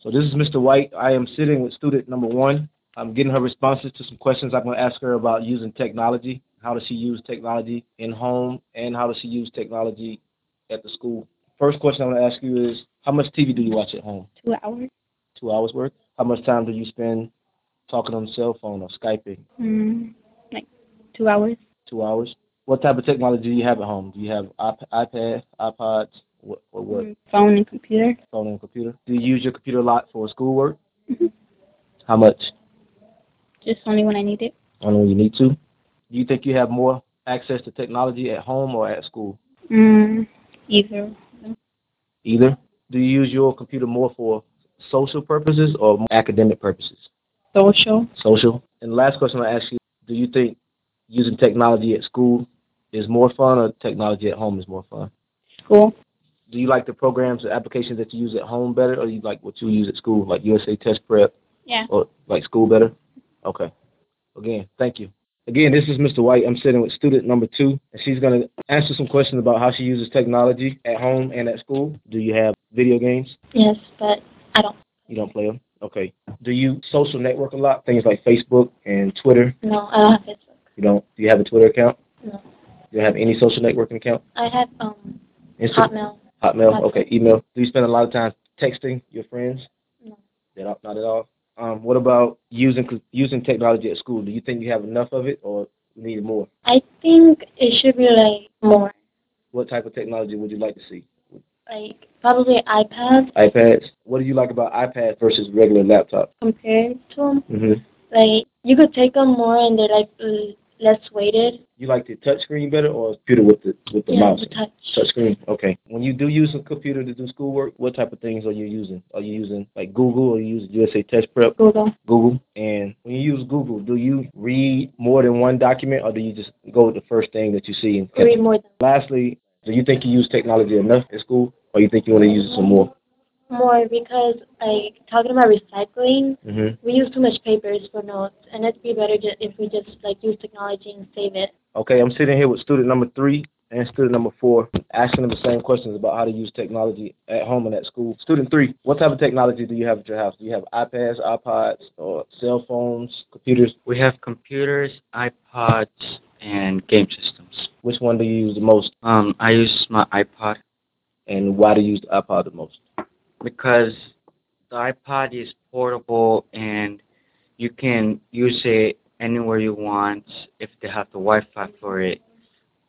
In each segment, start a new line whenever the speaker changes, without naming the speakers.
So this is Mr. White. I am sitting with student number one. I'm getting her responses to some questions I'm going to ask her about using technology. How does she use technology in home, and how does she use technology at the school? First question I'm going to ask you is, how much TV do you watch at home?
Two hours.
Two hours worth. How much time do you spend talking on the cell phone or Skyping?
Mm, like two hours.
Two hours. What type of technology do you have at home? Do you have iP- iPad, iPods, what, or what?
Mm, Phone and computer.
Phone and computer. Do you use your computer a lot for schoolwork?
Mhm.
How much?
Just only when I need it.
Only when you need to. Do you think you have more access to technology at home or at school?
Mm, either.
Either. Do you use your computer more for social purposes or more academic purposes?
Social.
Social. And last question I ask you: Do you think using technology at school is more fun, or technology at home is more fun?
School.
Do you like the programs or applications that you use at home better, or you like what you use at school, like USA Test Prep?
Yeah.
Or like school better? Okay. Again, thank you. Again, this is Mr. White. I'm sitting with student number two, and she's going to answer some questions about how she uses technology at home and at school. Do you have video games?
Yes, but I don't
You don't play them? Okay. Do you social network a lot? Things like Facebook and Twitter?
know. I don't have Facebook.
You don't? Do you have a Twitter account?
No.
Do you have any social networking account?
I have um
Insta-
Hotmail.
Hotmail.
Hotmail.
Okay, email. Do you spend a lot of time texting your friends?
No.
That not, not at all. Um, what about using using technology at school? Do you think you have enough of it, or need more?
I think it should be like more,
What type of technology would you like to see?
like probably iPad
iPads. What do you like about iPads versus regular laptop?
compared to 'em.
Mm-hmm.
Like you could take them more and they're like l- less weighted.
You like the touch screen better, or computer with the with the
yeah,
mouse?
the touch.
Touch screen. Okay. When you do use a computer to do schoolwork, what type of things are you using? Are you using like Google? Or you using USA Test Prep?
Google.
Google. And when you use Google, do you read more than one document or do you just go with the first thing that you see? And
Read more than
lastly, do you think you use technology enough at school or you think you want to use it some more?
more because like talking about recycling,
Mm-hmm.
we use too much papers for notes, and it'd be better ju- if we just like use technology and save it.
Okay, I'm sitting here with student number three and student number four, asking them the same questions about how to use technology at home and at school. Student three, what type of technology do you have at your house? Do you have iPads, iPods, or cell phones, computers?
We have computers, iPods, and game systems.
Which one do you use the most
Um, I use my iPod
and why do you use the iPod the most?
because the iPod is portable and you can use it anywhere you want if they have the Wi-Fi for it,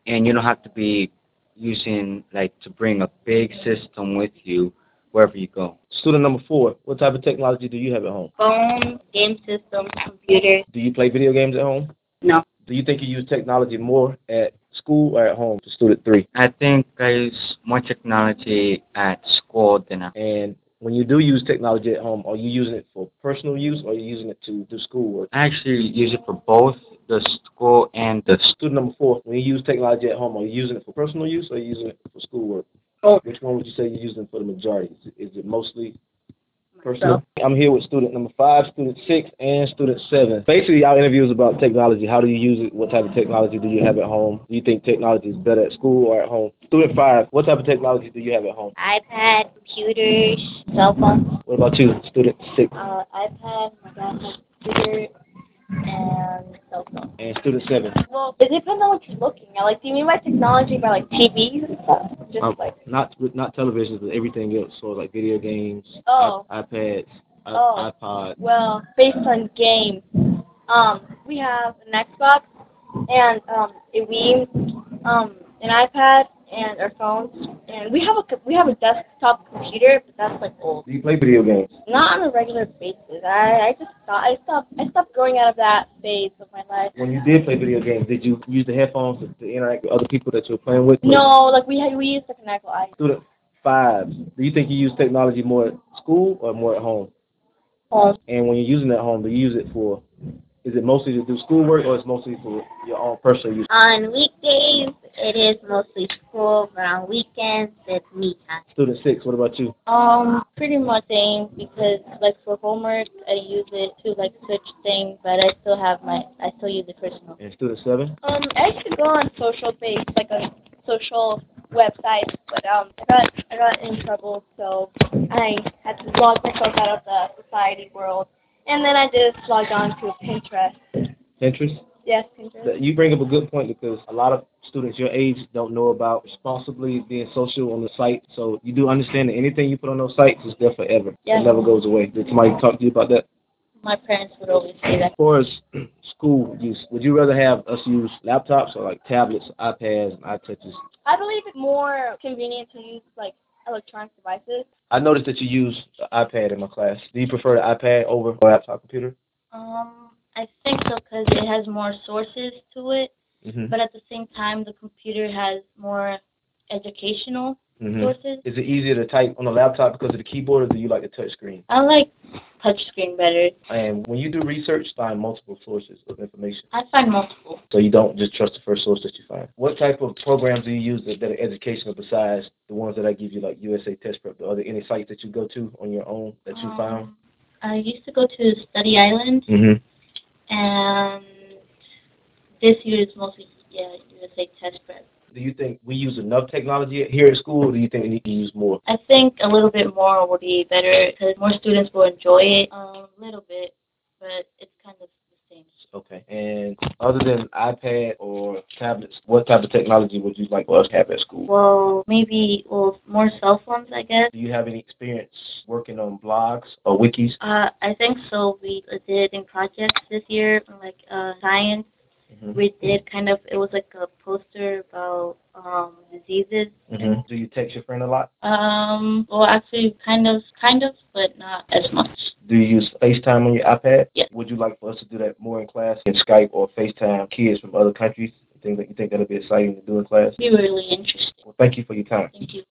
and you don't have to be using like to bring a big system with you wherever you go.
Student number four, what type of technology do you have at home?
phone, game system, computer.
Do you play video games at home?
No.
Do you think you use technology more at school or at home to student three?
I think I use more technology at school than at
And when you do use technology at home, are you using it for personal use or are you using it to do schoolwork?
I actually use it for both the school and the
Student number four, when you use technology at home, are you using it for personal use or are you using it for schoolwork?
Oh.
Which one would you say you're using for the majority? Is it- is it mostly
So,
personal. I'm here with student number five, student six, and student seven. Basically, our interview is about technology. How do you use it? What type of technology do you have at home? Do you think technology is better at school or at home? Student five, what type of technology do you have at home?
iPad, computers, cell phone,
What about you, student six
uh, iPad, my dad has computer, and cell phone.
and student seven?
Well, it depends on what you're looking at. Like, do you mean by technology by like TVs and stuff? Just
Um,
like,
Not with- not televisions, but everything else. So like video games,
Oh.
i- iPads, i-
Oh.
iPods.
well, based on games, um, we have an Xbox and um, a Wii, um, an iPad, and our phones. And we have a co- we have a desktop computer, but that's like old.
Do you play video games?
Not on a regular basis. I I just thought I stopped I stopped growing out of that phase of my life.
When you did play video games, did you use the headphones to, to interact with other people that you were playing with?
No, like we had we used to connect live
Student five, do you think you use technology more at school or more at home?
home.
And when you're using it at home, do you use it for, is it mostly to do schoolwork or it's mostly for your own personal use?
On weekdays it is mostly school, but on weekends it's me time.
Student six, what about you?
Um, pretty much same because like for homework I use it to like switch things, but I still have my I still use it personal.
And student seven?
Um, I used to go on social base like on social
websites, but um, I got I got in trouble, so I had to log myself out of the society world, and then I just logged on to Pinterest.
Pinterest.
Yes, Pinterest.
That- You bring up a good point because a lot of students your age don't know about responsibly being social on the site. So you do understand that anything you put on those sites is there forever.
Yeah.
It never goes away. Did somebody talk to you about that?
My parents would always say
As
that.
far as school use, would you rather have us use laptops or like tablets, iPads, and iTouches?
I believe it more convenient to use like electronic devices.
I noticed that you use the iPad in my class. Do you prefer the iPad over a laptop computer?
Um, I think so because it has more sources to it,
Mm-hmm.
but at the same time, the computer has more educational
hmm
sources.
Is it easier to type on a laptop because of the keyboard, or do you like the touch screen?
I like touchscreen better.
And when you do research, find multiple sources of information.
I find multiple.
So you don't just trust the first source that you find. What type of programs do you use that, that are educational besides the ones that I give you, like USA Test Prep? Are there any sites that you go to on your own that you found?
Um, I used to go to Study Island,
Mm-hmm.
and this year is mostly yeah USA Test Prep.
Do you think we use enough technology here at school, or do you think we need to use more?
I think a little bit more would be better because more students will enjoy it. Um, a little bit, but it's kind of the same.
Okay. And other than iPad or tablets, what type of technology would you like us to have at school?
Well, maybe well more cell phones, I guess.
Do you have any experience working on blogs or wikis?
Uh, I think so. We did in projects this year, like uh, science.
Mm-hmm.
We did kind of it was like a poster about um, diseases.
Mm-hmm. Do you text your friend a lot?
Um, well, actually, kind of, kind of, but not as much.
Do you use FaceTime on your iPad?
Yeah.
Would you like for us to do that more in class in Skype or FaceTime kids from other countries? Things that you think that'll be exciting to do in class?
Be really interesting.
Well, thank you for your time.
Thank you.